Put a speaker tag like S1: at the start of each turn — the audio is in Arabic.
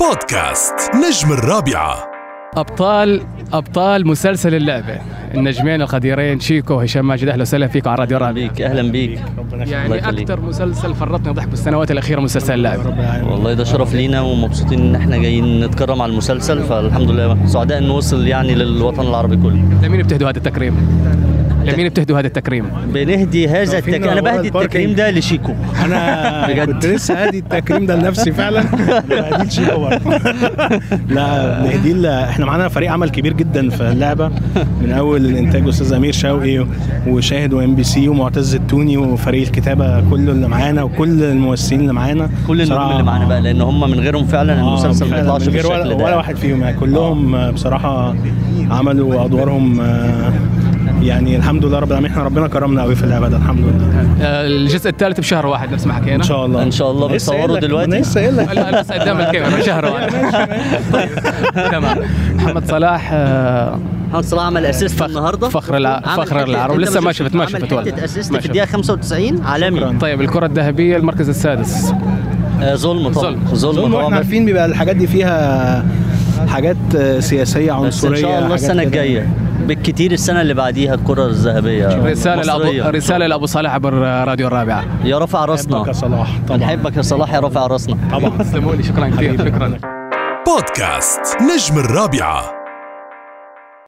S1: بودكاست نجم الرابعة
S2: ابطال ابطال مسلسل اللعبه النجمين القديرين شيكو وهشام ماجد اهلا وسهلا فيكم على راديو الرابعه
S3: بيك اهلا بيك الله
S2: يعني
S3: يخليك.
S2: اكثر مسلسل فرطني ضحك بالسنوات الاخيره مسلسل اللعبه
S4: طيب.
S3: والله ده شرف لينا ومبسوطين ان احنا جايين نتكرم على المسلسل فالحمد لله سعداء انه وصل يعني للوطن العربي كله
S2: لمين بتهدوا هذا التكريم؟ لمين بتهدوا هذا التكريم؟
S3: بنهدي هذا التكريم انا بهدي التكريم ده لشيكو
S4: انا
S3: بجد.
S4: كنت لسه هادي التكريم ده لنفسي فعلا ما هديلش يعتبر. لا نهدي ل- احنا معانا فريق عمل كبير جدا في اللعبه من اول الانتاج استاذ امير شوقي وشاهد وام بي سي ومعتز التوني وفريق الكتابه كله اللي معانا وكل الممثلين اللي معانا
S3: كل النجوم
S4: بصراحة-
S3: اللي معانا بقى لان هم من غيرهم فعلا
S4: آه،
S3: المسلسل ما
S4: فعلاً،
S3: يطلعش
S4: من غير ولا,
S3: بالشكل ده
S4: ولا واحد فيهم يعني كلهم آه، بصراحه عملوا ادوارهم آه، يعني الحمد لله رب العالمين احنا ربنا كرمنا قوي في اللعبه ده الحمد لله
S2: آه، الجزء الثالث بشهر واحد نفس ما حكينا
S4: ان شاء الله
S3: ان شاء الله
S4: أنا لسه قايل
S3: بيصوروا
S4: لك-
S3: دلوقتي.
S4: أنا لسه قايل لك
S2: لا لا، بس قدام الكاميرا شهر واحد طيب، تمام محمد صلاح آه،
S3: محمد صلاح عمل اسيست النهارده
S2: فخر الع-
S3: عمل
S2: فخر
S3: حتة-
S2: العرب.
S3: أنت
S2: لسه ما
S3: شفت-
S2: شفت- ما
S3: عمل
S2: شفت ولا.
S3: حتة اسيست
S2: ما
S3: في الدقيقه
S2: شفت.
S3: 95
S4: شكراً.
S3: عالمي
S2: طيب الكره الذهبيه المركز السادس
S3: آه، ظلم طبعا
S2: ظلم.
S3: ظلم
S4: اظن
S3: طبعاً.
S4: احنا عارفين بيبقى الحاجات دي فيها حاجات سياسيه
S3: بس
S4: عنصريه
S3: ان شاء الله
S4: حاجات
S3: السنه
S4: كده.
S3: الجايه بالكتير السنه اللي بعديها الكره الذهبيه
S2: رساله
S3: مصرية.
S2: لابو رساله لابو صالح عبر آه، راديو الرابعه
S3: يا رفع راسنا
S4: بنحبك يا صلاح طبعا
S3: بنحبك يا صلاح يا رفع راسنا
S4: طبعا
S2: سلموني شكرا كثير شكرا
S1: بودكاست نجم الرابعه